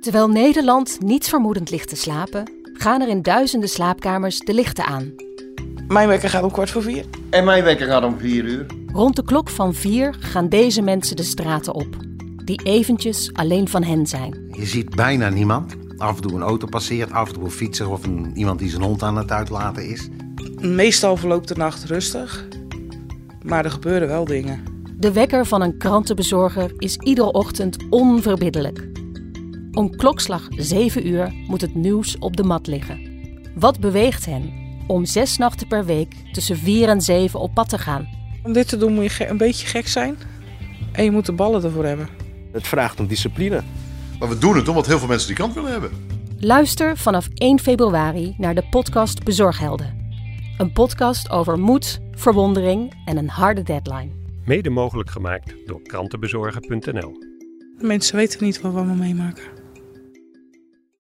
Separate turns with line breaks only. Terwijl Nederland niets vermoedend ligt te slapen, gaan er in duizenden slaapkamers de lichten aan.
Mijn wekker gaat om kwart voor vier.
En mijn wekker gaat om vier uur.
Rond de klok van vier gaan deze mensen de straten op, die eventjes alleen van hen zijn.
Je ziet bijna niemand. Af en toe een auto passeert, af en toe een fietser of een, iemand die zijn hond aan het uitlaten is.
Meestal verloopt de nacht rustig, maar er gebeuren wel dingen.
De wekker van een krantenbezorger is iedere ochtend onverbiddelijk. Om klokslag 7 uur moet het nieuws op de mat liggen. Wat beweegt hen om zes nachten per week tussen 4 en 7 op pad te gaan?
Om dit te doen moet je ge- een beetje gek zijn en je moet de ballen ervoor hebben.
Het vraagt om discipline.
Maar we doen het omdat heel veel mensen die kant willen hebben.
Luister vanaf 1 februari naar de podcast Bezorghelden. Een podcast over moed, verwondering en een harde deadline.
Mede mogelijk gemaakt door krantenbezorger.nl.
Mensen weten niet wat we allemaal meemaken.